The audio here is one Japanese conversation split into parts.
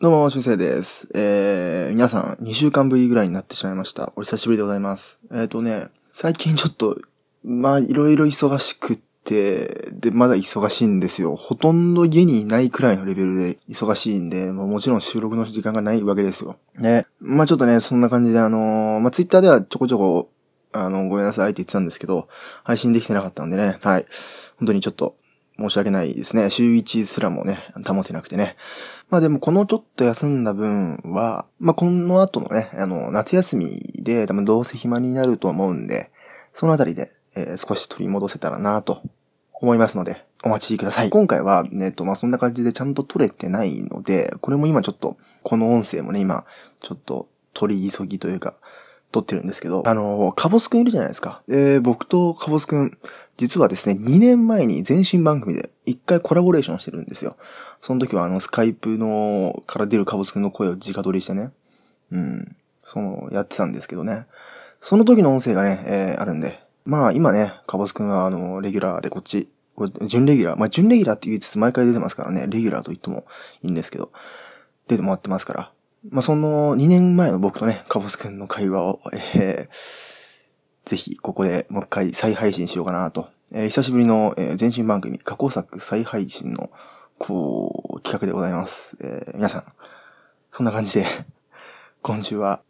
どうも、しゅうせいです。えー、皆さん、2週間ぶりぐらいになってしまいました。お久しぶりでございます。えっ、ー、とね、最近ちょっと、まあ、いろいろ忙しくって、で、まだ忙しいんですよ。ほとんど家にいないくらいのレベルで忙しいんで、もうもちろん収録の時間がないわけですよ。ね。まあちょっとね、そんな感じで、あのーまあツイッターではちょこちょこ、あの、ごめんなさいって言ってたんですけど、配信できてなかったんでね、はい。本当にちょっと、申し訳ないですね。週1すらもね、保てなくてね。まあでもこのちょっと休んだ分は、まあこの後のね、あの、夏休みで多分どうせ暇になると思うんで、そのあたりで、えー少し取り戻せたらなと思いますので、お待ちください。今回は、ねえっと、まあそんな感じでちゃんと取れてないので、これも今ちょっと、この音声もね、今、ちょっと取り急ぎというか、撮ってるんですけど、あのーカボスくんいるじゃないですか。えー僕とカボスくん、実はですね、2年前に前身番組で1回コラボレーションしてるんですよ。その時はあの、スカイプの、から出るカボスくんの声を直撮りしてね。うん。その、やってたんですけどね。その時の音声がね、えー、あるんで。まあ今ね、カボスくんはあの、レギュラーでこっち、これ準レギュラー。まあ準レギュラーって言いつつ毎回出てますからね、レギュラーと言ってもいいんですけど、出てもらってますから。まあその2年前の僕とね、カボスくんの会話を、えー、ぜひ、ここでもう一回再配信しようかなと。えー久しぶりの、えー前身番組、過去作再配信の、こう、企画でございます。えー皆さん、そんな感じで、 今週は、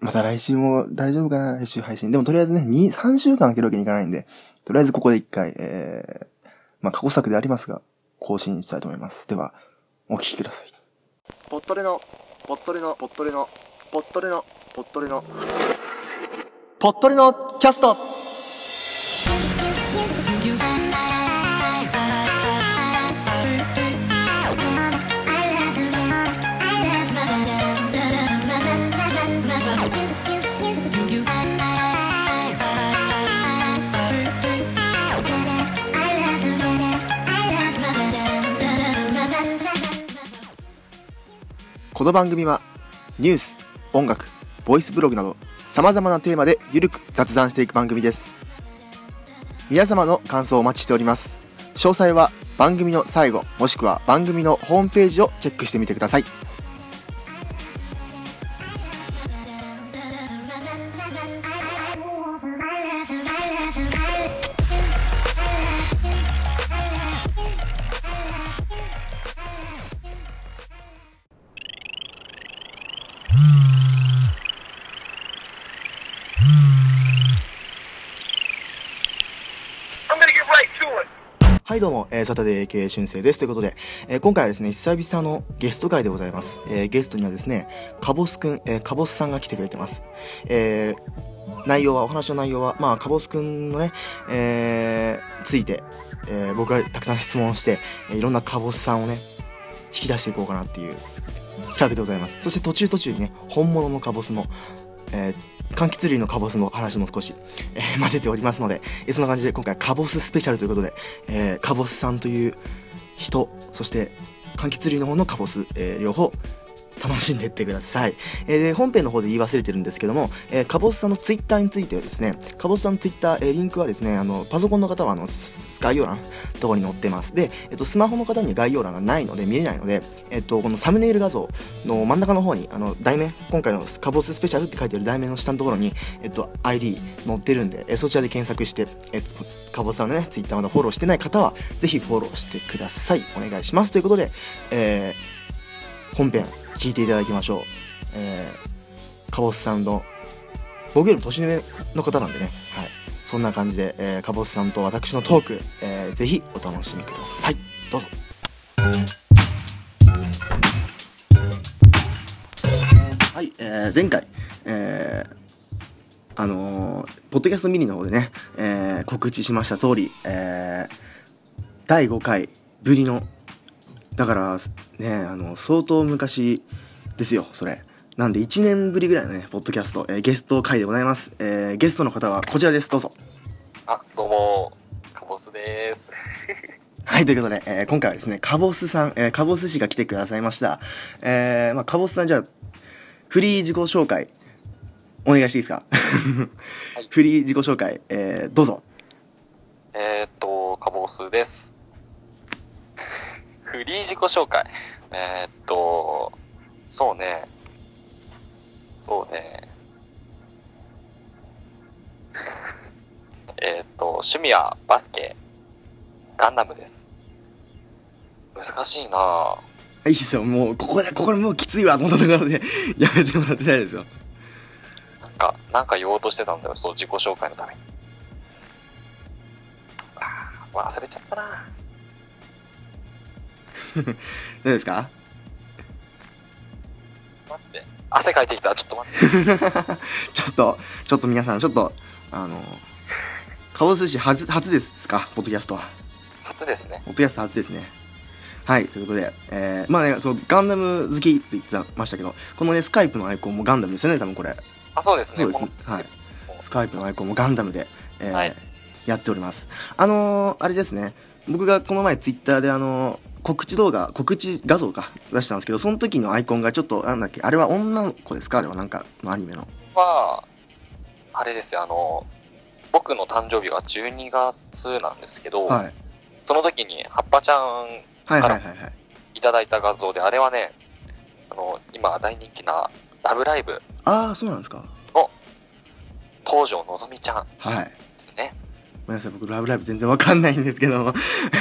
また来週も大丈夫かな来週配信。でもとりあえずね、2、3週間空けるわけにいかないんで、とりあえずここで一回、えーまあ過去作でありますが、更新したいと思います。では、お聞きください。ポットレの、ポットレの、ポットレの、ポットレの、ポットレの、ポットレのキャストこの番組はニュース音楽ボイスブログなどさまざまなテーマでゆるく雑談していく番組です皆様の感想をお待ちしております詳細は番組の最後もしくは番組のホームページをチェックしてみてくださいはいどうも、えーサタデー経営春生です。ということで、えー今回はですね、久々のゲスト会でございます。えーゲストにはですね、カボスくん、えーカボスさんが来てくれてます。えー内容は、お話の内容は、まあ、カボスくんのね、えーついて、えー僕がたくさん質問をして、えーいろんなカボスさんをね、引き出していこうかなっていう企画でございます。そして途中途中にね、本物のカボスの、えー柑橘類のカボスの話も少し、えー混ぜておりますので、えーそんな感じで今回カボススペシャルということで、えーカボスさんという人そして柑橘類の方のカボス、えー両方楽しんでいってください、えーで本編の方で言い忘れてるんですけども、えーカボスさんのツイッターについてはですねカボスさんのツイッター、えーリンクはですねあのパソコンの方はあのす概要欄のところに載ってますで、えっとスマホの方に概要欄がないので見れないので、えっとこのサムネイル画像の真ん中の方にあの題名今回のカボススペシャルって書いてある題名の下のところに、えっと ID 載ってるんで、えそちらで検索して、えっとカボスさんのねツイッターまだフォローしてない方はぜひフォローしてくださいお願いしますということで、えー本編聞いていただきましょう、えーカボスさんの僕よりも年上の方なんでね、はい、そんな感じで、えーカボスさんと私のトーク、えーぜひお楽しみくださいどうぞはい、えー前回、えーあのーポッドキャストミニの方でね、えー告知しました通り、えー第5回ぶりのだからねあの相当昔ですよそれなんで1年ぶりぐらいのねポッドキャスト、えーゲスト回でございます、えーゲストの方はこちらですどうぞあ、どうも、カボスです。はい、ということで、えー今回はですね、カボスさん、えーカボス氏が来てくださいました。えーまあ、カボスさん、じゃあ、フリー自己紹介、お願いしていいですか、はい フリー自己紹介、えーどうぞ。えーっと、カボスです。 フリー自己紹介。えーっと、そうね。そうね。 えーっと、趣味はバスケ、ガンダムです。難しいなぁ。いいっすよ、もう、ここで、ここでもうきついわ、と思ったところで、やめてもらってないですよ。なんか、なんか言おうとしてたんだよ、そう、自己紹介のために。あー忘れちゃったな何ですか待って。汗かいてきた。ちょっと待って。ちょっと、ちょっと皆さん、ちょっと、あの、カボス氏初、初ですか、ポッドキャストは。初ですね。音安初ですね。はい、ということで、えー、まあね、そのガンダム好きって言ってましたけど、このね、スカイプのアイコンもガンダムですよね、多分これ。あ、そうですね。そうですね。このはい。スカイプのアイコンもガンダムで、えーはいやっております。あのー、あれですね、僕がこの前ツイッターであのー告知動画、告知画像か、出したんですけど、その時のアイコンがちょっと、なんだっけ、あれは女の子ですかあれはなんか、のアニメの。は、あれですよ、あの、僕の誕生日が12月なんですけど、はい。その時に、葉っぱちゃんはいはいはいはい。いただいた画像で、あれはね、あの、今大人気な、ラブライブ、ああ、そうなんですか。東條のぞみちゃんではい。すね。ごめんなさい、僕、ラブライブ全然わかんないんですけど、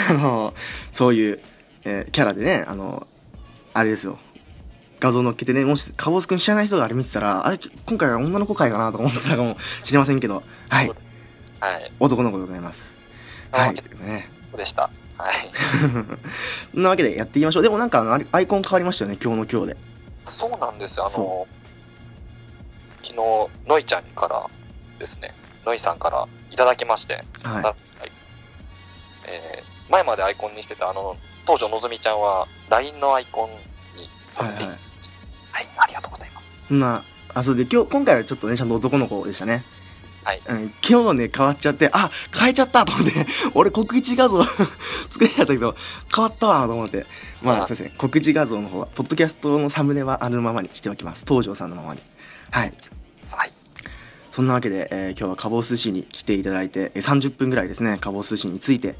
あの、そういう、えーキャラでね、あの、あれですよ。画像乗っけてね、もし、カボスくん知らない人があれ見てたら、あれ、今回は女の子会かなとか思ってたかもしれませんけど、はい、はい。男の子でございます。ははい、い、ね。 そうでした。はい。そんなわけでやっていきましょう。でもなんかあの、あれアイコン変わりましたよね、今日の今日で。そうなんですよ。あその、昨日、のいちゃんからですね、のいさんからいただきまして、はあえー前までアイコンにしてた、あの、東條のぞみちゃんは LINE のアイコンにい。さはせて、い、ははいい。、ありがとうございます。そんな、あ、そうで、今日、今回はちょっとね、ちゃんと男の子でしたね。はいうん、今日ね、変わっちゃって、あ、変えちゃったと思って、 俺告知画像 作れなかったけど、変わったわと思って。まあ、そうですね、告知画像の方は、ポッドキャストのサムネはあるままにしておきます。東條さんのままに。はい。はい。そんなわけで、えー今日はカボス市に来ていただいて、えー30分ぐらいですね、カボス市について、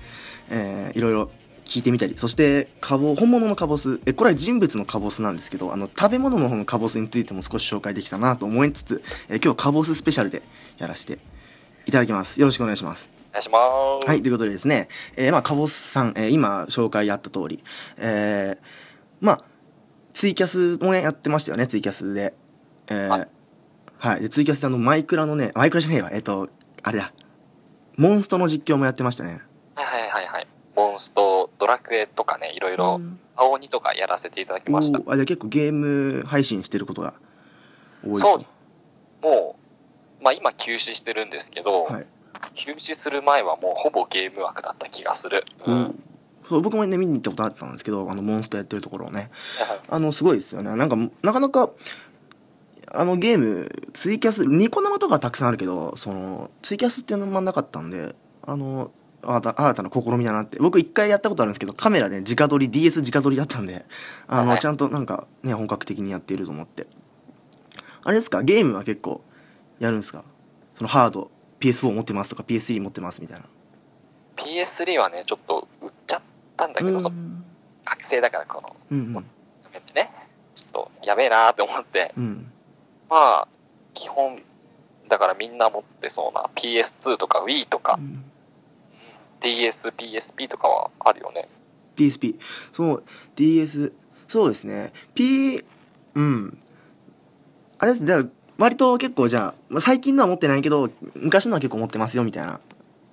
えーいろいろ聞いてみたり、そして、カボ、本物のカボス、えーこれは人物のカボスなんですけど、あの、食べ物の方のカボスについても少し紹介できたなと思いつつ、えー今日はカボススペシャルでやらせていただきます。よろしくお願いします。お願いします。はい、ということでですね、えーまあ、カボスさん、えー今、紹介あった通り、えーまあ、ツイキャスもね、やってましたよね、ツイキャスで。えーあはい、でツイキャスであの、マイクラのね、マイクラじゃねえわ、えっ、と、あれだ、モンストの実況もやってましたね。はいはいはいはい。モンスト、ドラクエとかね、いろいろ、青鬼とかやらせていただきました。おーあじゃあ結構ゲーム配信してることが多い。そう。もう、まあ今休止してるんですけど、はい休止する前はもうほぼゲーム枠だった気がする。う。んそう僕もね見に行ったことあったんですけどあのモンストやってるところをねあの、すごいですよね。なんか、なかなか、あのゲーム、ツイキャス、ニコ生とかたくさんあるけど、その、ツイキャスっていうのもなかったんで、あの、新た新たな試みだなって。僕一回やったことあるんですけど、カメラで直撮り、DS 直撮りだったんで、あの、はいちゃんとなんかね、本格的にやっていると思って。あれですか、ゲームは結構やるんですかそのハード、PS4 持ってますとか PS3 持ってますみたいな。 PS3 はね、ちょっと売っちゃったんだけど、そうのん覚醒だからこの、うんうん。やめてね、ちょっとやべえなーって思って、うん。まあ、基本、だからみんな持ってそうな PS2 とか Wii とか、うん DS、PSP とかはあるよね。 PSP そう DS そうですね P うんあれですじゃあ割と結構じゃあまあ最近のは持ってないけど昔のは結構持ってますよみたいな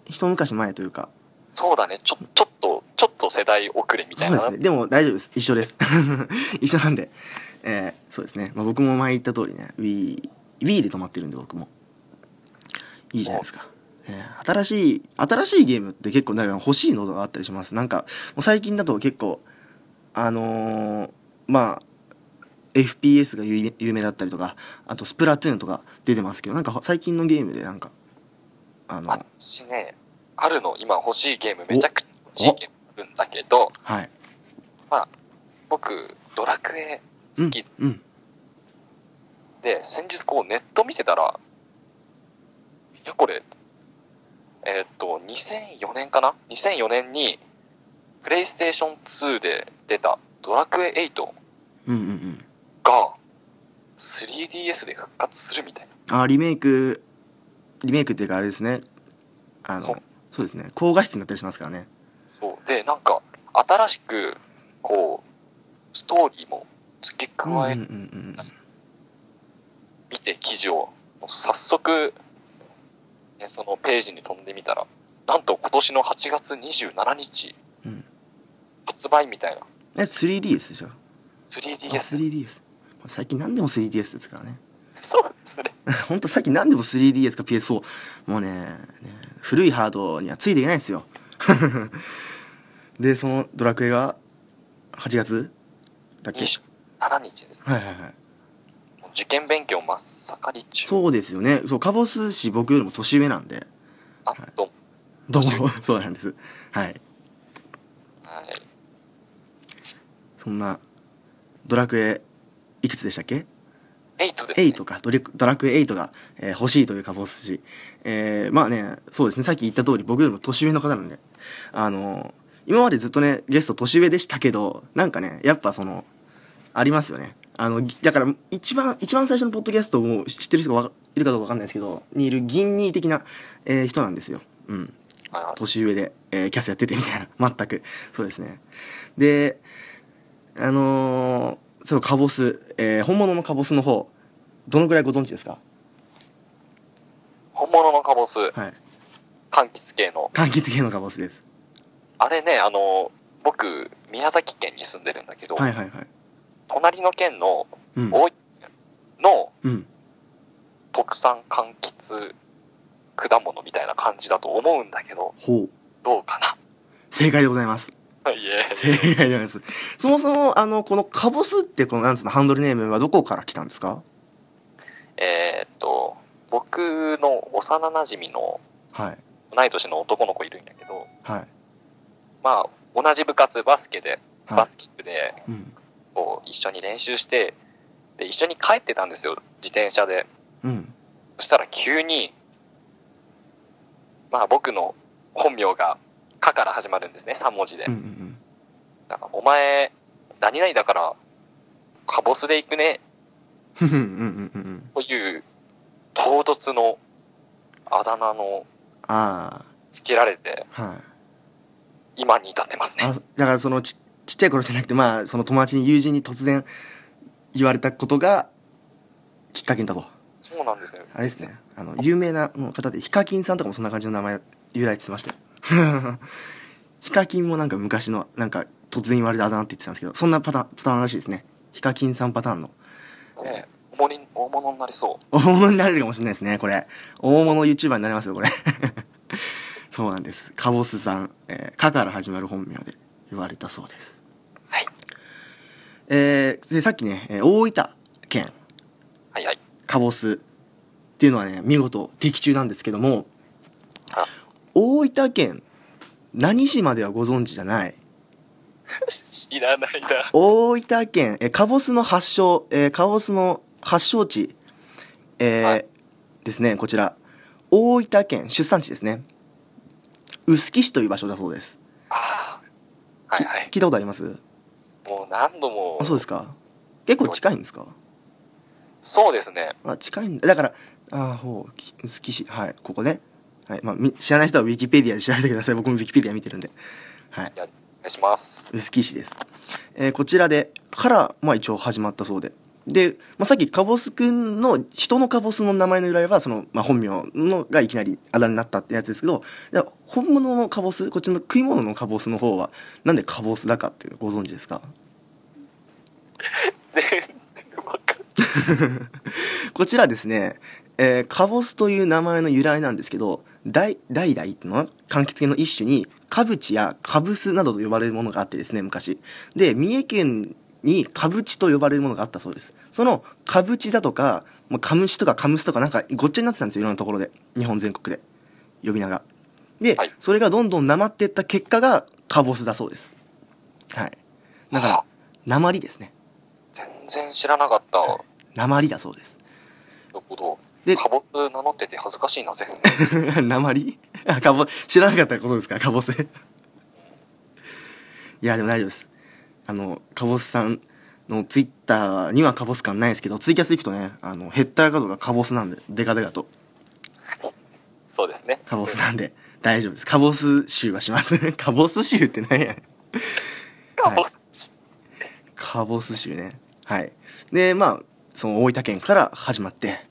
一昔前というかそうだね、ちょ、ちょっと、ちょっと世代遅れみそたいうでな。すねでも大丈夫です一緒です 一緒なんでえーそうですね、まあ、僕も前言った通りね Wii Wii で止まってるんで僕もいいじゃないですか、えー新しい新しいゲームって結構なんか欲しいのがあったりしますなんかもう最近だと結構あのーまあ FPS が有名有名だったりとかあとスプラトゥーンとか出てますけどなんか最近のゲームでなんかあの私ね、あるの、今欲しいゲーム、めちゃくちゃ欲しいゲームあるんだけど、はい僕、ドラクエ好きうん、うん、で、先日こうネット見てたら、いや、これ、えーっと、2004年かな ?2004 年に、プレイステーション2で出たドラクエ8うんうんうんが、 PDS で復活するみたいあリメイクリメイクっていうかあれですねあそのうそうですね高画質になったりしますからねなそうでなんか新しくこうストーリーも付け加えうんうんうんうん見て記事を早速、ね、そのページに飛んでみたらなんと今年の8月27日、うん発売みたいなえ 3DS でしょ 3DS 3DS 最近何でも 3DS ですからね そうですねほんと最近何でも 3DS か PS4 もうねね古いハードにはついていけないんですよ でそのドラクエが8月だっけ27日ですねはいはいはいもう受験勉強真っ盛り中そうですよねそうカボス氏僕よりも年上なんであと、どうも そうなんですはいはい、そんなドラクエいくつでしたっけ8ですね8かドリドラクエ8が、えー欲しいというカボス氏、えーまあねそうですねさっき言った通り僕よりも年上の方なんであのー今までずっとねゲスト年上でしたけどなんかねやっぱそのありますよねあのぎだから一番一番最初のポッドキャストを知ってる人がわいるかどうかわかんないですけどにいる銀兄的な、えー人なんですようんは年上で、えーキャスやっててみたいな 全くそうですねであのー、そうカボス、えー本物のカボスの方どのぐらいご存知ですかい本物のカボスはい柑橘系の柑橘系のカボスですあれねあの僕宮崎県に住んでるんだけど、はいはいはい隣の県のうん大井のうん特産柑橘果物みたいな感じだと思うんだけどほうどうか正解でございますな いえ正解でございますそもそもあのこのカボスってこのなんつうのハンドルネームはどこから来たんですかえーっと僕の幼なじみのはい同い年の男の子いるんだけどはいまあ同じ部活バスケではいバスキックでうんこう一緒に練習してで一緒に帰ってたんですよ自転車でうんそしたら急にまあ僕の本名が「か」から始まるんですね3文字で、うんうんうんなんかお前何々だからカボスで行くねふふんうんうんうんという唐突のあだ名のあつけられてあはい今に至ってますねあだからそのちちっちゃい頃じゃなくてまあその友達に友人に突然言われたことがきっかけだとそうなんですよあれですねあの有名なもう方でヒカキンさんとかもそんな感じの名前由来って言ってましたよ ヒカキンもなんか昔のなんか突然言われたあだ名って言ってたんですけどそんなパターンパターンらしいですねヒカキンさんパターンの ね大物に大物になりそ大物になれるかもしれないですねこれ大物 YouTuber になれますよこれ そうなんですカボスさん「えーか」から始まる本名で言われたそうですはいえーでさっきねえー大分県うはいはいカボスっていうのはね見事的中なんですけどもあ大分県何市まではご存知じゃない 知らないな大分県えーカボスの発祥、えーカボスの発祥地、えーはいですねこちら大分県出産地ですね臼杵市という場所だそうですあーはいはい聞いたことありますもう何度もあそうですか結構近いんですかそうですねあ近いんだだからああほうき臼杵市はいここね、はいまあ、み知らない人はウィキペディアで調べてください僕もウィキペディア見てるんではいいやお願いします 臼杵市です、えーこちらでから、まあ、一応始まったそうでで、まあ、さっきかぼすくんの人のかぼすの名前の由来はその、まあ、本名のがいきなりあだ名になったってやつですけどじゃあ本物のかぼすこっちの食い物のかぼすの方はなんでかぼすだかっていうのご存知ですか全然わかんないこちらですね、えーカボスという名前の由来なんですけど、代代々っていうのは柑橘系の一種に、カブチやカブスなどと呼ばれるものがあってですね、昔。で、三重県にカブチと呼ばれるものがあったそうです。そのカブチだとか、もうカムシとかカムスとかなんかごっちゃになってたんですよ、いろんなところで。日本全国で。呼び名が。で、はいそれがどんどんなまっていった結果がカボスだそうです。はい。だから、なまりですね。全然知らなかったなるなまりだそうです。ほどでカボス名乗ってて恥ずかしいな全 然鉛 あかぼ知らなかったことですかかぼすいやでも大丈夫ですあのかぼすさんのツイッターにはカボス感ないですけどツイキャス行くとねあのヘッダー画像がカボスなんでデカデカと そうですね。カボスなんで大丈夫ですカボス集はします カボス集って何やねんカボス、カボス州ねはいでまあその大分県から始まって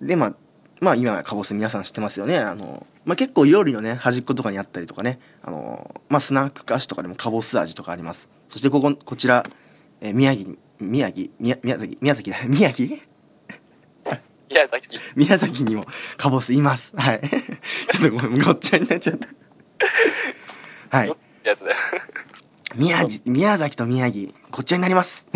でまあまあ今カボス皆さん知ってますよねあの、まあ、結構料理のね端っことかにあったりとかねあの、まあ、スナック菓子とかでもカボス味とかありますそしてこここちら、えー宮城宮城宮宮崎宮崎だ 宮城宮崎。宮崎にもカボスいますはい ちょっとごめんごっちゃになっちゃったはいやつだよ。宮地宮崎と宮城こっちらになります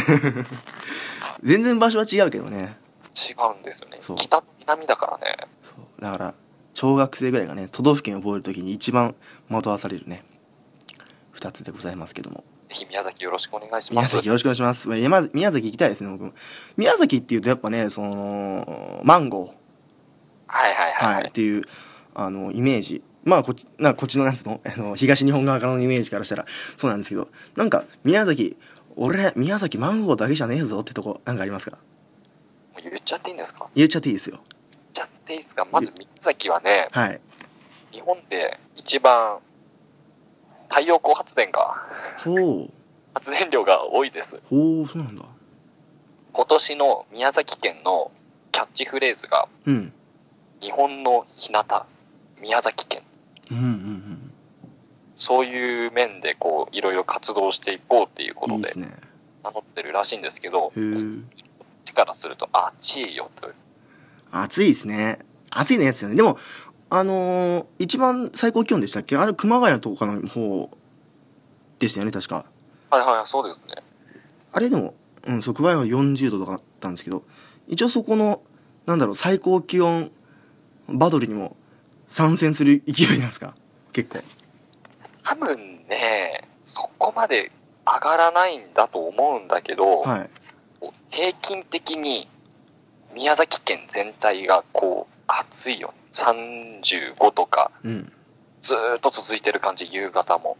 全然場所は違うけどね違うんですよねそう。北と南だからね。そうだから小学生ぐらいがね都道府県を覚えるときに一番惑わされるね2つでございますけどもぜひ宮崎よろしくお願いしま宮す。崎よろしくお願いしますいやまず宮崎行きたいですね僕も宮崎っていうとやっぱねそのマンゴはいはいー、はい。は、はいっい、ていうあのイメージまあこっちなんかこっちのなんつうのあの東日本側からのイメージからしたらそうなんですけどなんか宮崎俺宮崎マンゴーだけじゃねえぞってとこなんかありますかもう言っちゃっていいんですか言っちゃっていいですよ言っちゃっていいですかまず宮崎はね、はい日本で一番太陽光発電が、ほう発電量が多いです。ほうそうなんだ今年の宮崎県のキャッチフレーズが、うん日本の日向、宮崎県。うんうんそういう面でこういろいろ活動していこうっていうこうんいいとでですね名乗ってるらしいんですけど、こへえっちからするとあっちいよという暑いですね暑いのやつよねでもあのー一番最高気温でしたっけあれ熊谷のとこかの方でしたよね確かはいはいそうですねあれでもうんそう熊谷は40度とかだったんですけど一応そこのなんだろう最高気温バトルにも参戦する勢いなんですか結構多分ねそこまで上がらないんだと思うんだけど、はい平均的に宮崎県全体がこう暑いよ35とかうんずーっと続いてる感じ夕方も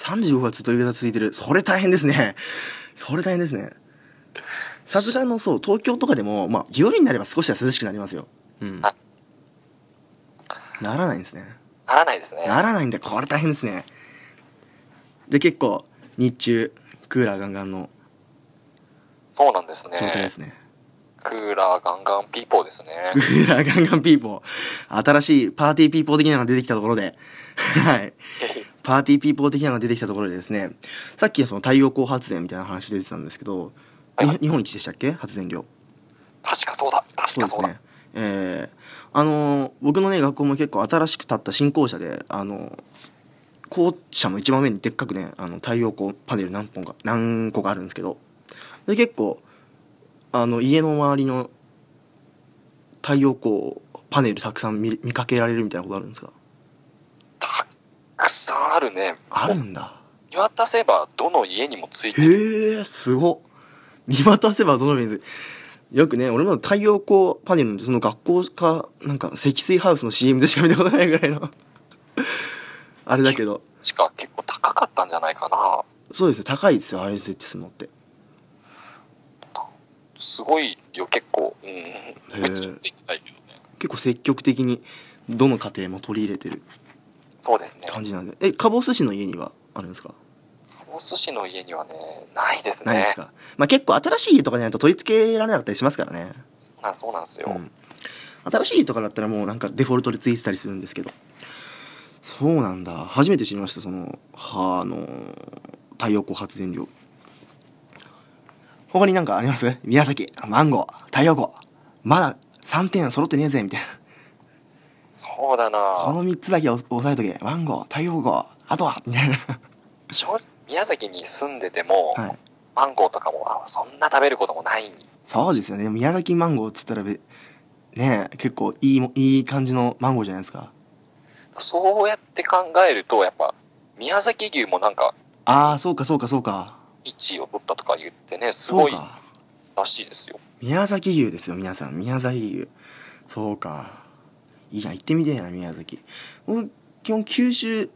35がずっと夕方続いてるそれ大変ですねそれ大変ですねさすがのそう東京とかでもまあ夜になれば少しは涼しくなりますようんあならないんですねならないですねならないんでこれ大変ですねで結構日中クーラーガンガンのそうなんです状態でねすね、クーラーガンガンピーポーです ねクーラーガンガンピーポー新しいパーティーピーポー的なのが出てきたところではいパーティーピーポー的なのが出てきたところでですねさっきはその太陽光発電みたいな話出てたんですけど、はいに日本一でしたっけ発電量確かそうだ確かそうだね。えーあのー僕のね学校も結構新しく建った新校舎であのー校舎の一番上にでっかくねあの太陽光パネル何本か何個かあるんですけどで結構あの家の周りの太陽光パネルたくさん見見かけられるみたいなことあるんですかたくさんあるねあるんだ見渡せばどの家にもついてるへえすごっ見渡せばどの面でよくね俺も太陽光パネルのその学校かなんか積水ハウスの CM でしか見たことないぐらいのあれだけどしか結構高かったんじゃないかなそうですよ高いですよあれ設置するのってすごいよ結構うんえうちついてないけどね結構積極的にどの家庭も取り入れてるそうですね感じなんでえカボス市の家にはあるんですかお寿司の家にはねないですないですねか、まあ結構新しい家とかじゃないと取り付けられなかったりしますからねあそうなんですよ、うん新しいとかだったらもうなんかデフォルトでついてたりするんですけどそうなんだ初めて知りましたそのはあの太陽光発電量他になんかあります宮崎マンゴー太陽光まだ3点揃ってねえぜみたいなそうだこなの3つだけ押押さえとけマンゴー太陽光あとはみたいな正直宮崎に住んでても、はいマンゴーとかもあそんな食べることもないそうですよね宮崎マンゴーっつったらべねえ結構いいもいい感じのマンゴーじゃないですかそうやって考えるとやっぱ宮崎牛もなんかああそうかそうかそうか1位を取ったとか言ってねすそごういからしいですよ宮崎牛ですよ皆さん宮崎牛そうかいいな行ってみてえな宮崎僕基本九州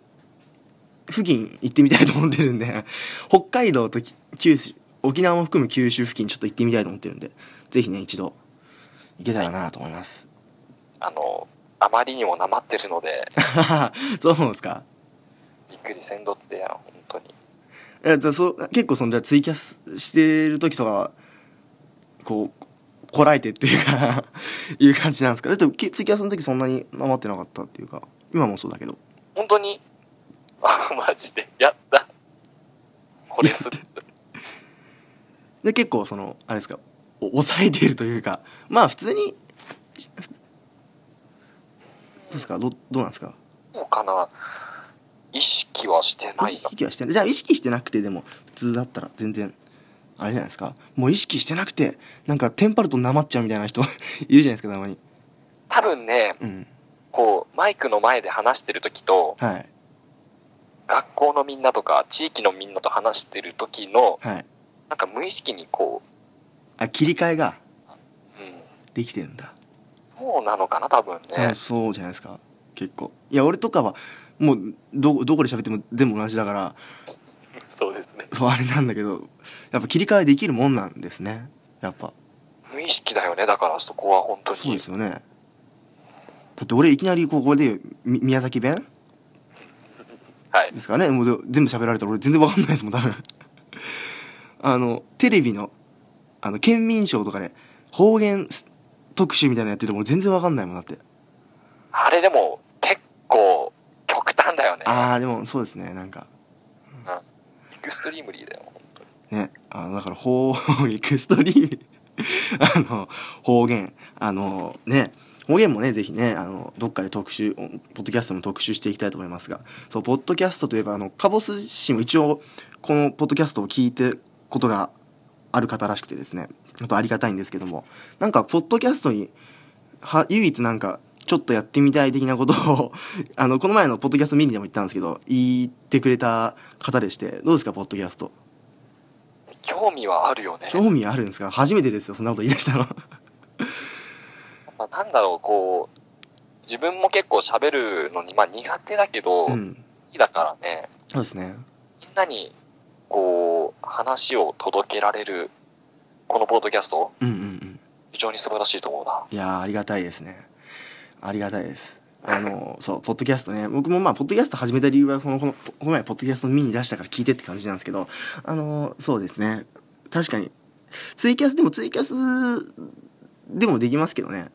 付近行ってみたいと思ってるんで北海道とき九州沖縄も含む九州付近ちょっと行ってみたいと思ってるんでぜひね一度行けたらなと思います、 あの、あまりにもなまってるので、 そう思うんですかびっくりせんどってや、本当に。えじゃあそう結構そのじゃあツイキャスしてる時とかはこうこらえてっていうか いう感じなんですかだってきツイキャスの時そんなに余ってなかったっていうか今もそうだけど本当に、 あ、マジで、やった。これすっ、で結構そのあれですかお抑えているというかまあ普通にふそうですかどどうなんですかそうかな。意識はしてな意いな。識はしてないじゃあ意識してなくてでも普通だったら全然あれじゃないですかもう意識してなくてなんかテンパるとなまっちゃうみたいな人 いるじゃないですかたまに多分ね、うんこう、マイクの前で話してる時と、はい学校のみんなとか、地域のみんなと話してる時の、はいなんか無意識にこあ切り替えがう、うん、できてるんだ、そうなのかな、多分多ね分。そうじゃないですか結構いや俺とかはもうどどこで喋っても全部同じだからそうですね。そうあれなんだけどやっぱ切り替えできるもんなんですねやっぱ無意識だよね、だからそこは本当そうにです。よねだって俺いきなりここでみ宮崎弁はい。ですかねもうで全部喋られたら俺全然わかんないですもん多分 あのテレビのあの県民賞とかで方言特集みたいなのやってても俺全然わかんないもんだってあれでも、結構、極端だよね。ああでもそうですねなんかエクストリームリーだよ。ねあのだから方エクストリーム あの方言あのね方言もねぜひねあのどっかで特集ポッドキャストも特集していきたいと思いますがそうポッドキャストといえばあのカボス氏も一応このポッドキャストを聞いてことがある方らしくてですね本当ありがたいんですけどもなんかポッドキャストには唯一なんかちょっとやってみたい的なことをあのこの前のポッドキャストミニでも言ったんですけど言ってくれた方でしてどうですかポッドキャスト興味はあるよね。興味あるんですか初めてですよそんなこと言い出したのまあ、なんだろう、こう、自分も結構喋るのに、まあ苦手だけど、う好んきだからね、そうですねみんなに、こう、話を届けられる、このポッドキャスト、うんうんうん非常に素晴らしいと思うな。いやーありがたいですねありがたいですあのそうポッドキャストね僕もまあポッドキャスト始めた理由はこのこのこの前ポッドキャスト見に出したから聞いてって感じなんですけどあのそうですね確かにツイキャスでもツイキャスでもできますけどね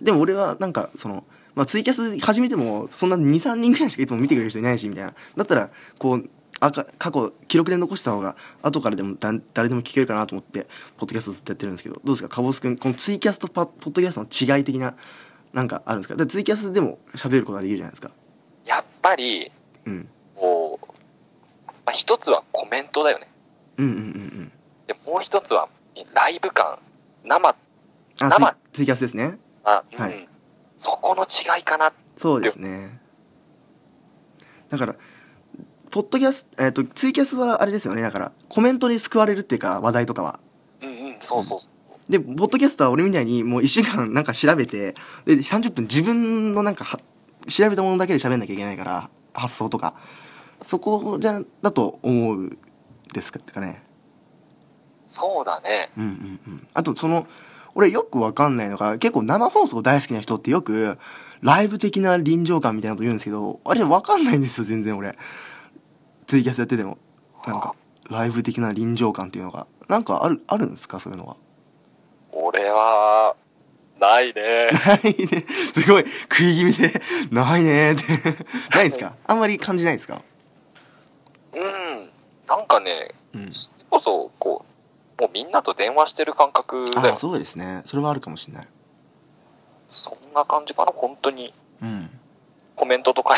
でも俺はなんかその、まあ、ツイキャス始めてもそんな23人ぐらいしかいつも見てくれる人いないしみたいなだったらこうあか過去記録で残した方が後からでもだ誰でも聞けるかなと思ってポッドキャストずっとやってるんですけどどうですかかぼすくんこのツイキャスとパポッドキャストの違い的ななんかあるんですかだからツイキャスでも喋ることができるじゃないですかやっぱり、うんこう、まあ、一つはコメントだよね。うんうんうんで、もう一つは、ライブ感、生、うんあ生ツイツイキャスですねあ、うん、はいそこの違いかな。そうですねだからポッドキャスト、えっとツイキャスはあれですよねだからコメントに救われるっていうか話題とかはうんうん、そうそう。で、ポッドキャストは俺みたいにもう1週間なんか調べて、で、30分自分のなんかは、調べたものだけで喋んなきゃいけないから、発想とか。そこじゃ、だと思うですかね。そうだね。うんうんうん。あと、その、俺よくわかんないのが、結構生放送大好きな人ってよく、ライブ的な臨場感みたいなこと言うんですけど、あれわかんないんですよ、全然俺。ツイキャスやってても。なんか、ライブ的な臨場感っていうのが。なんかある、あるんですかそういうのは。俺は、ない ね。ないね。すごい、食い気味で、ないねーって。ないんですかあんまり感じないですかうん。なんかね、うん。それこそ、こう、もうみんなと電話してる感覚だあよ。そそうですね。それはあるかもしれない。んな感じかな、本当に。うん。コメントとか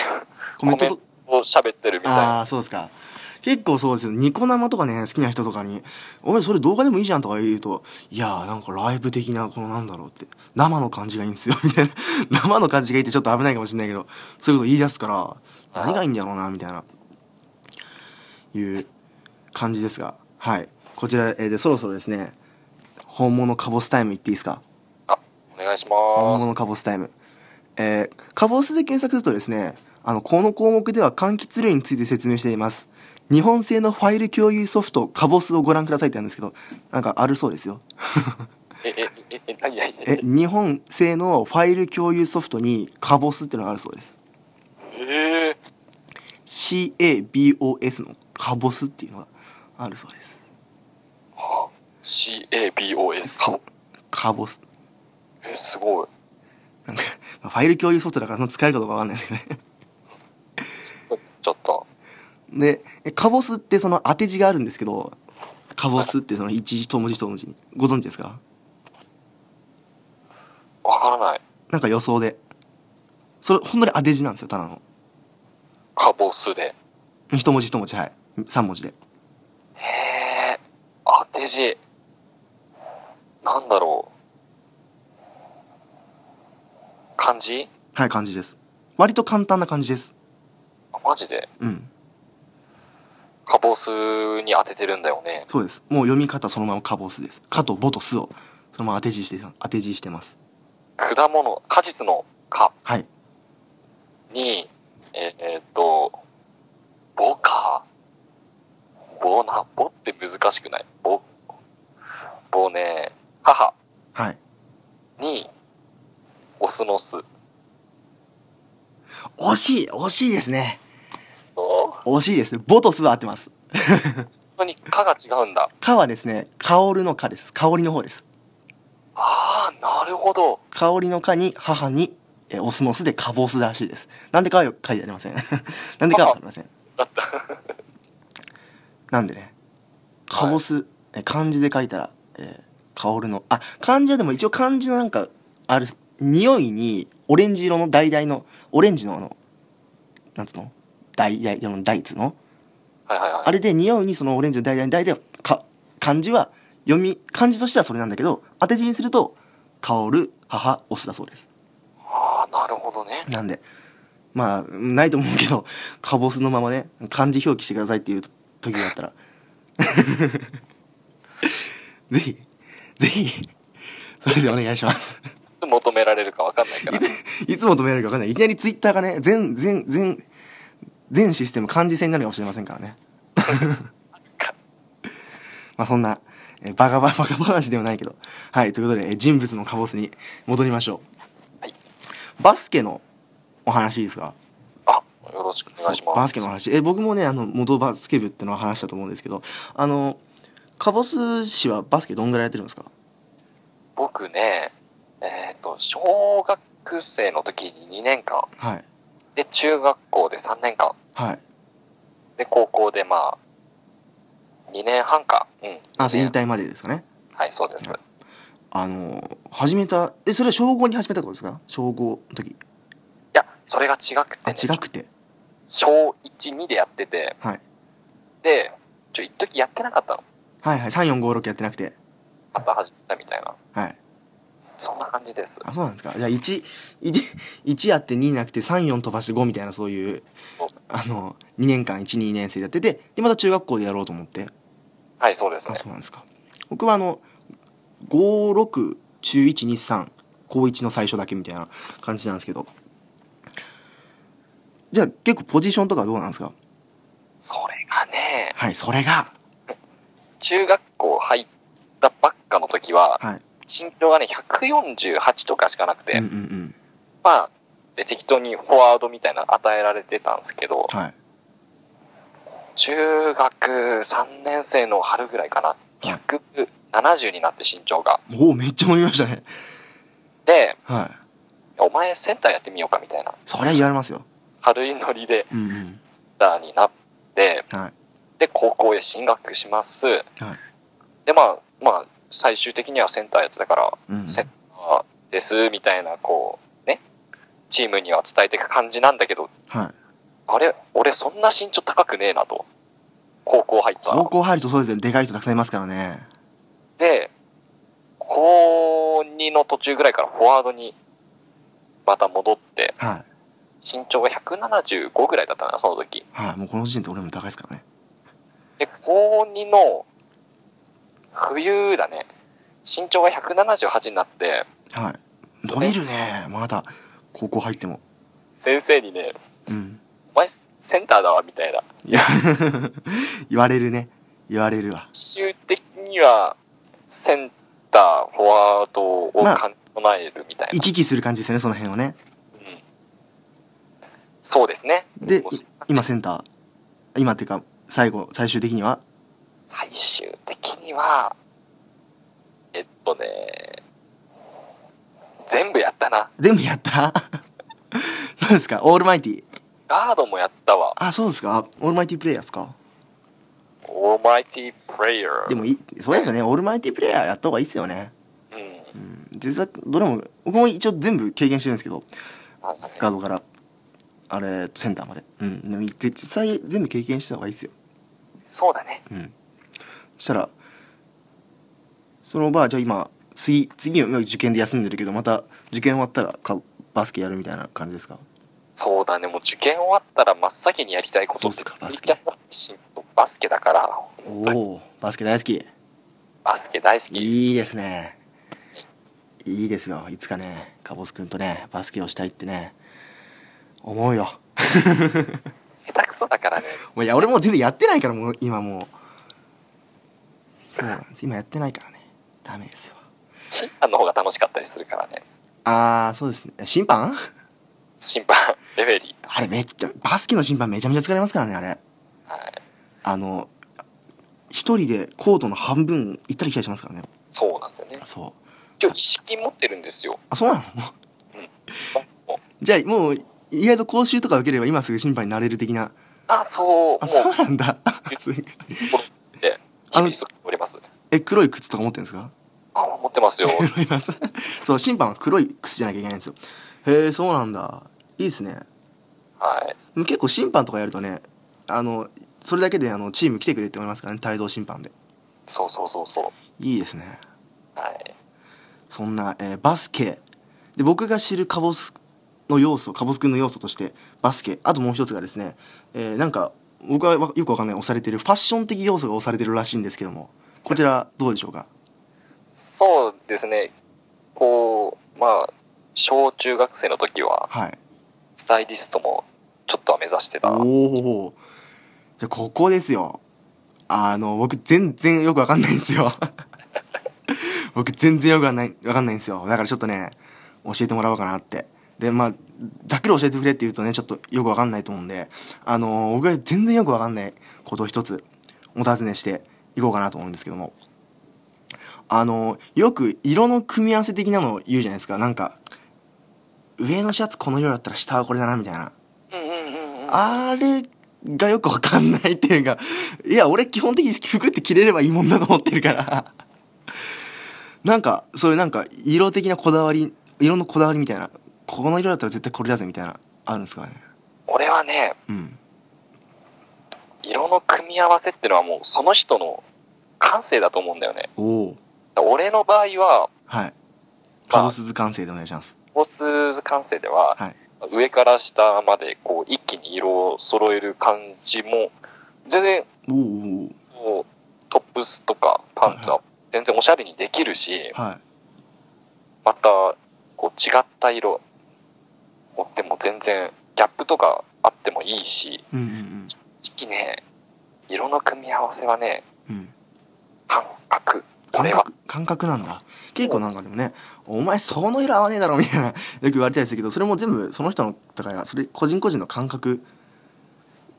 コメントコとメンを喋ってるみたいあな。あ、そうですか。結構そうですよ。ニコ生とかね、好きな人とかに、おい、それ動画でもいいじゃんとか言うと、いやー、なんかライブ的な、このなんだろうって、生の感じがいいんですよ、みたいな。 生の感じがいいってちょっと危ないかもしれないけど、そういうこと言い出すから、あー何がいいんだろうな、みたいな、いう感じですが、はい。こちら、えーで、そろそろですね、本物カボスタイムいっていいですかお願いし本ます。物カボスタイム。えー、カボスで検索するとですね、あの、この項目では柑橘類について説明しています。日本製のファイル共有ソフト、カボスをご覧くださいってあるんですけど、なんかあるそうですよ。え、え、え、え、何何 え、何日本製のファイル共有ソフトにカボスってのがあるそうです。ええ CABOS のカボスっていうのがあるそうです。 CABOS かも。カボス。え、すごい。なんか、ファイル共有ソフトだからその使えるかどうかわかんないですけどね。ちょっと。でえカボスってその当て字があるんですけどカボスってその一字一文字一文字にご存知ですかわからない。なんか予想でそれ本当に当て字なんですよただのカボスで。一文字一文字はい三文字でへえ。当て字。なんだろう。漢字はい感じです割と簡単な感じですあマジで。うんカボスに当ててるんだよね。そうですもう読み方そのままカボスですかとぼとすをそのまま当て字して当て字してます果物、果実の果はいに、ええーっと、ボカボな、ボって難しくないボ、ボね、母はいに、オスの巣。惜しい惜しいですね本惜しいですねボとすは合ってます当に蚊が違うんだ。かはですね香るのかです香りの方ですああ、なるほど。香りの蚊に母に、えーオスの巣でカボスらしいですなんでかはよ書いてありません なんでかはわかりませんだった。 なんでねカボス、えー漢字で書いたら、えー、香るのあ漢字はでも一応漢字のなんかある匂いにオレンジ色の橙のオレンジのあのなんつうの橙色の大つうのはいはいはい。あれで匂いにそのオレンジの橙の橙でか漢字は読み漢字としてはそれなんだけど当て字にすると香る母オスだそうですああ、なるほどね。なんで、まあ、ないと思うけど、カボスのままね、漢字表記してくださいっていう時があ ったら、ぜひ、ぜひ、それでお願いします。求められるかわかんないから。いつもとめられるか分かんない。いきなりツイッターがね、全、全、全、全システム漢字戦になるかもしれませんからね。 まあそんな、えバカババカ話ではないけど。はい、ということで、え人物のカボスに戻りましょう。はいバスケのお話いいですかあ、よろしくお願いします。バスケの話え僕もねあの元バスケ部ってのは話したと思うんですけどあのカボス氏はバスケどんぐらいやってるんですか僕ね、えっ、と、小学生の時に2年間、はいで、中学校で3年間、はいで、高校でまあ、2年半か。うん。あ二引年退までですかねはい、そうです。あの始めたえそれは小5に始めたってことですか小5の時いや、それが違くてあね、違くて小1、2でやってて、はいで、ちょ、一時やってなかったの。はいはい3456やってなくてまた始めたみたいな。はいそんな感じです。あそうなんですかじゃあ11 1やって2なくて34飛ばして5みたいなそういうあの2年間12年生やっててでまた中学校でやろうと思ってはい、そうですあね。そうなんですか僕はあの56中123高1の最初だけみたいな感じなんですけどじゃあ結構ポジションとかどうなんですかそれがね、はいそれが中学校入ったばっかの時は、はい身長がね、148とかしかなくて、うんうんうんまあ、で適当にフォワードみたいなの与えられてたんですけど、はい中学3年生の春ぐらいかな、170になって身長が。おおめっちゃ伸びましたねで、はいお前センターやってみようかみたいな、そりゃ言われますよ軽いノリでうんうんセンターになって、はいで、高校へ進学します。で、まあ、まあ、最終的にはセンターやってたから、うんセンターです、みたいな、こう、ね、チームには伝えていく感じなんだけど、はいあれ、俺そんな身長高くねえなと。高校入ったら高校入るとそうですねでかい人たくさんいますからねで、高2の途中ぐらいからフォワードにまた戻って、はい身長が175ぐらいだったな、その時。はいもうこの時点で俺も高いですからねで、高2の冬だね、身長が178になって、はい伸びるねまだ高校入っても先生にね、うんお前センターだわ、みたいな。いや 言われるね言われるわ最終的には、センター、フォワードをまあ兼ね備えるみたいな。行き来する感じですよねその辺をねうんそうですね。でいもうそ今センター今っていうか最後最終的には最終的には、えっとね、全部やったな。全部やった 何ですかオールマイティガードもやったわ。あそうですかオールマイティプレイヤーですかオーマイティープレイヤー。でもいそうですよねオールマイティプレイヤーやった方がいいですよねうん。うん実はどれも僕も一応全部経験してるんですけどガードからあれセンターまでうんでも実際全部経験した方がいいですよそうだね。うんそしたらそのばあじゃあ今次次は今受験で休んでるけどまた受験終わったらかバスケやるみたいな感じですかそうだね。もう受験終わったら真っ先にやりたいことってそうっすかやりたいことバスケだから、おおバスケ大好きバスケ大好き。いいですねいいですよいつかねカボスくんとねバスケをしたいってね思うよ下手くそだからね。もういや俺もう全然やってないからもう今もうそうなんです今やってないからねダメですよ審判の方が楽しかったりするからね。ああそうですね審判審判、レフェリー。あれめっちゃバスケの審判めちゃめちゃ疲れますからねあれはい。あの一人でコートの半分行ったり来たりしますからねそうなんだよね。そう今日一式持ってるんですよ。あそうなの じゃあもう意外と講習とか受ければ今すぐ審判になれる的なあ、そう。あもうそ、うなんだすごいあの厳しくおります。え黒い靴とか持ってるんですかあ、持ってますよ。 思いますそう審判は黒い靴じゃなきゃいけないんですよへえそうなんだいいですねはい。でも結構審判とかやるとねあのそれだけであのチーム来てくれって思いますからね帯同審判でそうそうそうそいいですねう。はい。そんな、えーバスケで僕が知るカボスの要素カボスくんの要素としてバスケあともう一つがですね、えーなんか僕はわよくわかんない押されてるファッション的要素が押されてるらしいんですけどもこちらどうでしょうかそうですね。こう、まあ、小中学生の時は、はいスタイリストもちょっとは目指してた。おはおじゃあここですよあの僕全然よくわかんないんですよ 僕全然よくわかんないわかんないんですよだからちょっとね教えてもらおうかなってでまあざっくり教えてくれって言うとねちょっとよくわかんないと思うんであの僕が全然よくわかんないことを一つお尋ねしていこうかなと思うんですけどもあのよく色の組み合わせ的なのを言うじゃないですかなんか上のシャツこの色だったら下はこれだなみたいなうんうんうんうん。あれがよくわかんないっていうか、いや、俺基本的に服って着れればいいもんだと思ってるから。なんか、そういうなんか、色的なこだわり、色のこだわりみたいな、この色だったら絶対これだぜみたいな、あるんですかね。俺はね、うん。色の組み合わせってのはもうその人の感性だと思うんだよね。おお。俺の場合は、はい。カボスズ完成でお願いします。ホース感性では、はい上から下までこう一気に色を揃える感じも、全然おーおこうトップスとかパンツは全然おしゃれにできるし、ーはい。またこう違った色持っても全然ギャップとかあってもいいしうんうん正直ね色の組み合わせはねうん。うん。感覚こ感れは覚感覚なんだ結構なんかでもね「お前その色合わねえだろ」みたいなよく言われたりするけどそれも全部その人のとかがそれ個人個人の感覚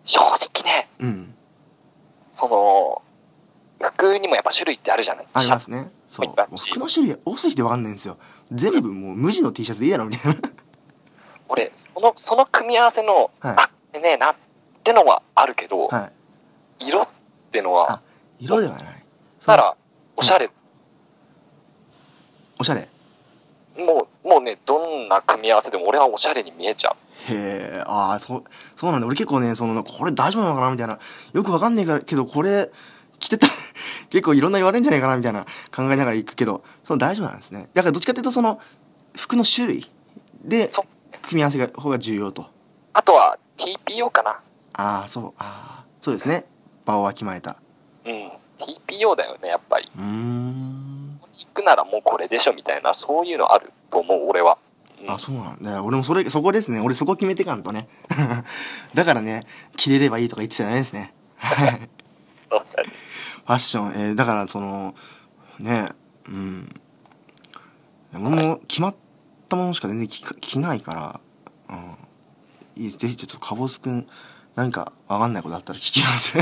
正直ねうんその服にもやっぱ種類ってあるじゃないありシャまツすねそういもっぱいう服の種類多すぎて分かんないんですよ全部もう無地の T シャツでいいだろみたいな 俺そのその組み合わせの、はいあこれねえなってのはあるけど、は色ってのはあ色ではないならおしゃれ、おしゃれへもうもうねどんな組み合わせでも俺はおしゃれに見えちゃうえああそうそうなんだ俺結構ねそのこれ大丈夫なのかなみたいなよく分かんねえかけどこれ着てた 結構いろんな言われるんじゃないかなみたいな考えながら行くけどその大丈夫なんですねだからどっちかっていうとその服の種類でそう組み合わせが方が重要とあとは TPO かなああそうああそうですね場をわきまえたうん、TPO だよねやっぱりうーん行くならもうこれでしょみたいなそういうのあると思う俺はうんあ、そうなんだよ。俺もそれ、そこですね。俺そこ決めてかんとね。 だからね、着れればいいとか言ってちゃダメですね。はい確かにファッション、えーだからその、ね、うん。俺も決まったものしか全然着か着ないから、うん。いいぜひちょっとかぼすくん、何かわかんないことあったら聞きます。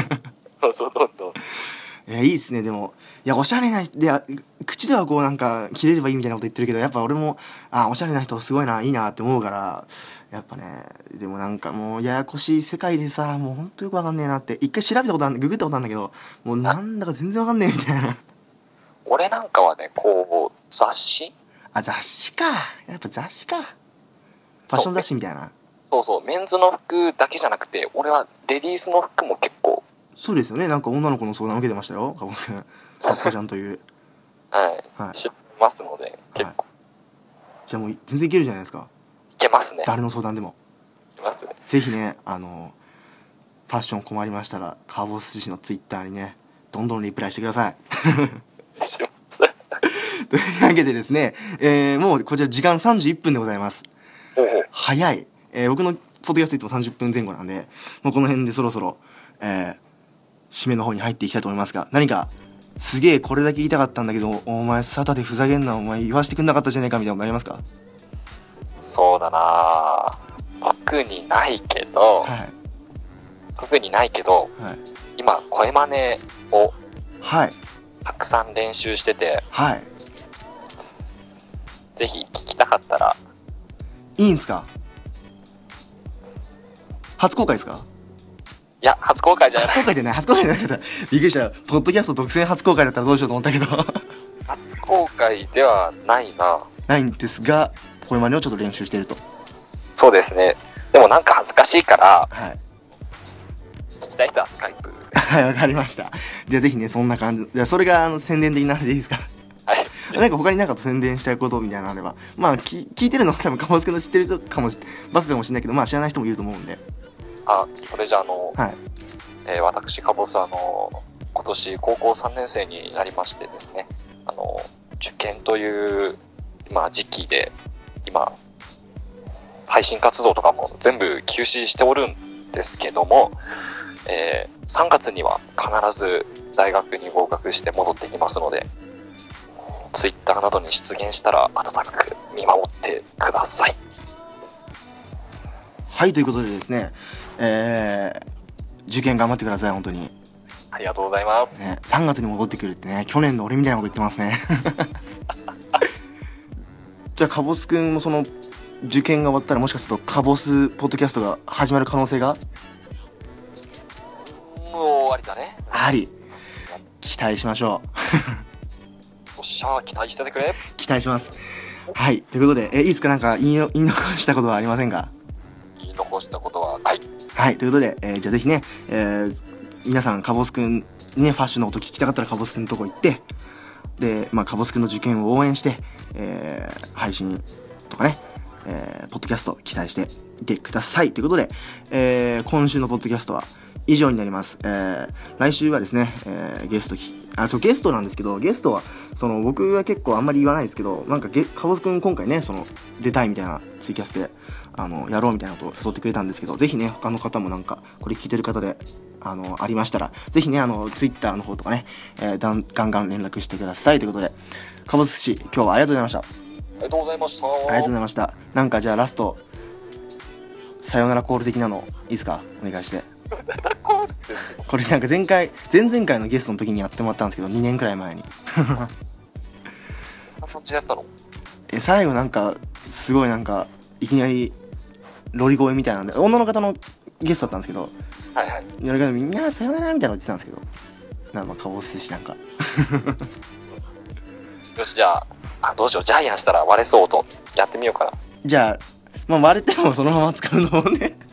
そうそうどんどんえーいいですねでもいやおしゃれな人であ口ではこうなんか切れればいいみたいなこと言ってるけどやっぱ俺もあおしゃれな人すごいないいなって思うからやっぱねでもなんかもうややこしい世界でさもうほんとよくわかんねえなって一回調べたことあるググったことあるんだけどもうなんだか全然わかんねえみたいな俺なんかはねこう雑誌あ雑誌かやっぱ雑誌かファッション雑誌みたいなそうそうメンズの服だけじゃなくて俺はレディースの服も結構そうですよねなんか女の子の相談受けてましたよかぼすくんさっかちゃんというはいはい知ってますので結構じゃあもう全然いけるじゃないですかいけますねい誰の相談でもけますねぜひね、あの、ファッション困りましたら、カーボス寿司のツイッターにね、どんどんリプライしてください。 しますねというわけでですね、えーもうこちら時間31分でございます。おうおう早い。えー僕のポッドキャストいつも30分前後なんで、もうこの辺でそろそろ、えー締めの方に入っていきたいと思いますが、何か、すげえこれだけ言いたかったんだけど、お前サタでふざけんな、お前言わしてくんなかったじゃねえかみたいなことありますかそうだなぁ特にないけどはい。特にないけどはい。今声真似をはい。たくさん練習しててはい。ぜひ聞きたかったらいいんすか初公開ですかいや初公開じ ゃない初公開でね、初公開じゃなかった。びっくりした。ポッドキャスト独占初公開だったらどうしようと思ったけど。 初公開ではないなないんですが、これまでをちょっと練習してると。そうですねでもなんか恥ずかしいからはい。聞きたい人はスカイプはい、わかりました。じゃあぜひね、そんな感じ。じゃあそれがあの宣伝的になるでいいですか はいなんか他になんか宣伝したいことみたいなのあれば。まあ、き聞いてるのは多分、かぼすくんの知ってる人かもし、バカかもしれないけど、まあ知らない人もいると思うんで。あそれじゃああの、はい。えー私カボスあの今年高校3年生になりましてですねあの受験という今時期で今配信活動とかも全部休止しておるんですけども、えー3月には必ず大学に合格して戻ってきますので Twitter などに出現したら温かく見守ってくださいはい、ということでですね、えー、受験頑張ってください、本当に。ありがとうございます、ね、3月に戻ってくるってね去年の俺みたいなこと言ってますね じゃあかぼすくんもその受験が終わったらもしかするとかぼすポッドキャストが始まる可能性がもう終わりだねあり期待しましょおっしゃ期待しててくれう期待しますはいということでえいいですかなんか言いの言い残したことはありませんか言い残したことははいはいということで、えーじゃあぜひね、えー皆さんかぼすくんにねファッションのこと聞きたかったらかぼすくんのとこ行ってで、まあ、かぼすくんの受験を応援して、えー配信とかね、えーポッドキャスト期待していてくださいということで、えー今週のポッドキャストは以上になります、えー来週はですね、えーゲストきあそうゲストなんですけどゲストはその僕は結構あんまり言わないですけどなんかげかぼすくん今回ねその出たいみたいなツイキャスであのやろうみたいなことを誘ってくれたんですけどぜひね他の方もなんかこれ聞いてる方であのありましたらぜひねあのツイッターの方とかね、えーだんガンガン連絡してくださいということでかぼす寿司今日はありがとうございましたありがとうございましたありがとうございましたなんかじゃあラストさよならコール的なのいいですかお願いしてこれなんか前回前々回のゲストの時にやってもらったんですけど2年くらい前にこんな感じだったのえ最後なんかすごいなんかいきなりロリ声みたいなんで女の方のゲストだったんですけどはいはいいやだからみんなさよならみたいなの言ってたんですけどなんかまあかぼすしなんかよしじゃああどうしようジャイアンしたら割れそうとやってみようかなじゃあ、まあ、割れてもそのまま使うのをね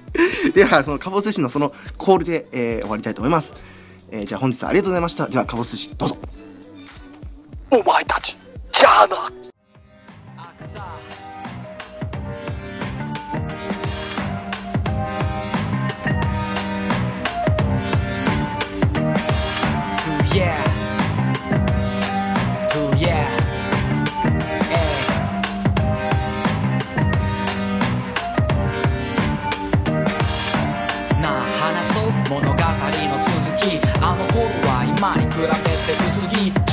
ではそのかぼすしのそのコールで、えー終わりたいと思います、えーじゃあ本日はありがとうございましたではかぼすしどうぞお前たちじゃあな「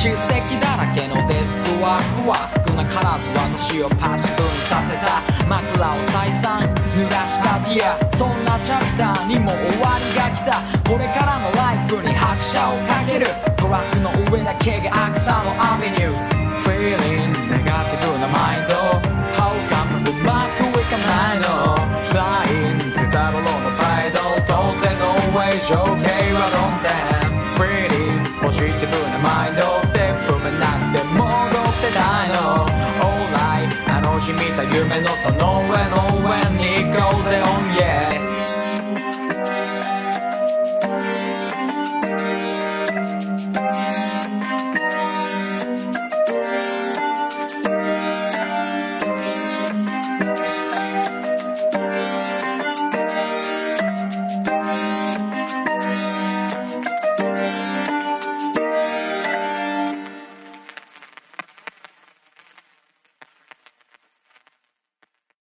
出席だらけのデスクワークは少なからず私をパシ分させた枕を再三濡らしたディアそんなチャプターにも終わりが来たこれからのライフに拍車をかけるトラックの上だけが草のアベニュー Feeling ネガティブなマインド How come うまくいかないの Lying ゼタロロの態度当然の way 情景は論点 Feeling ポジティブなマインドステップも Oh, なくて戻ってないの Alright あの日見た夢のその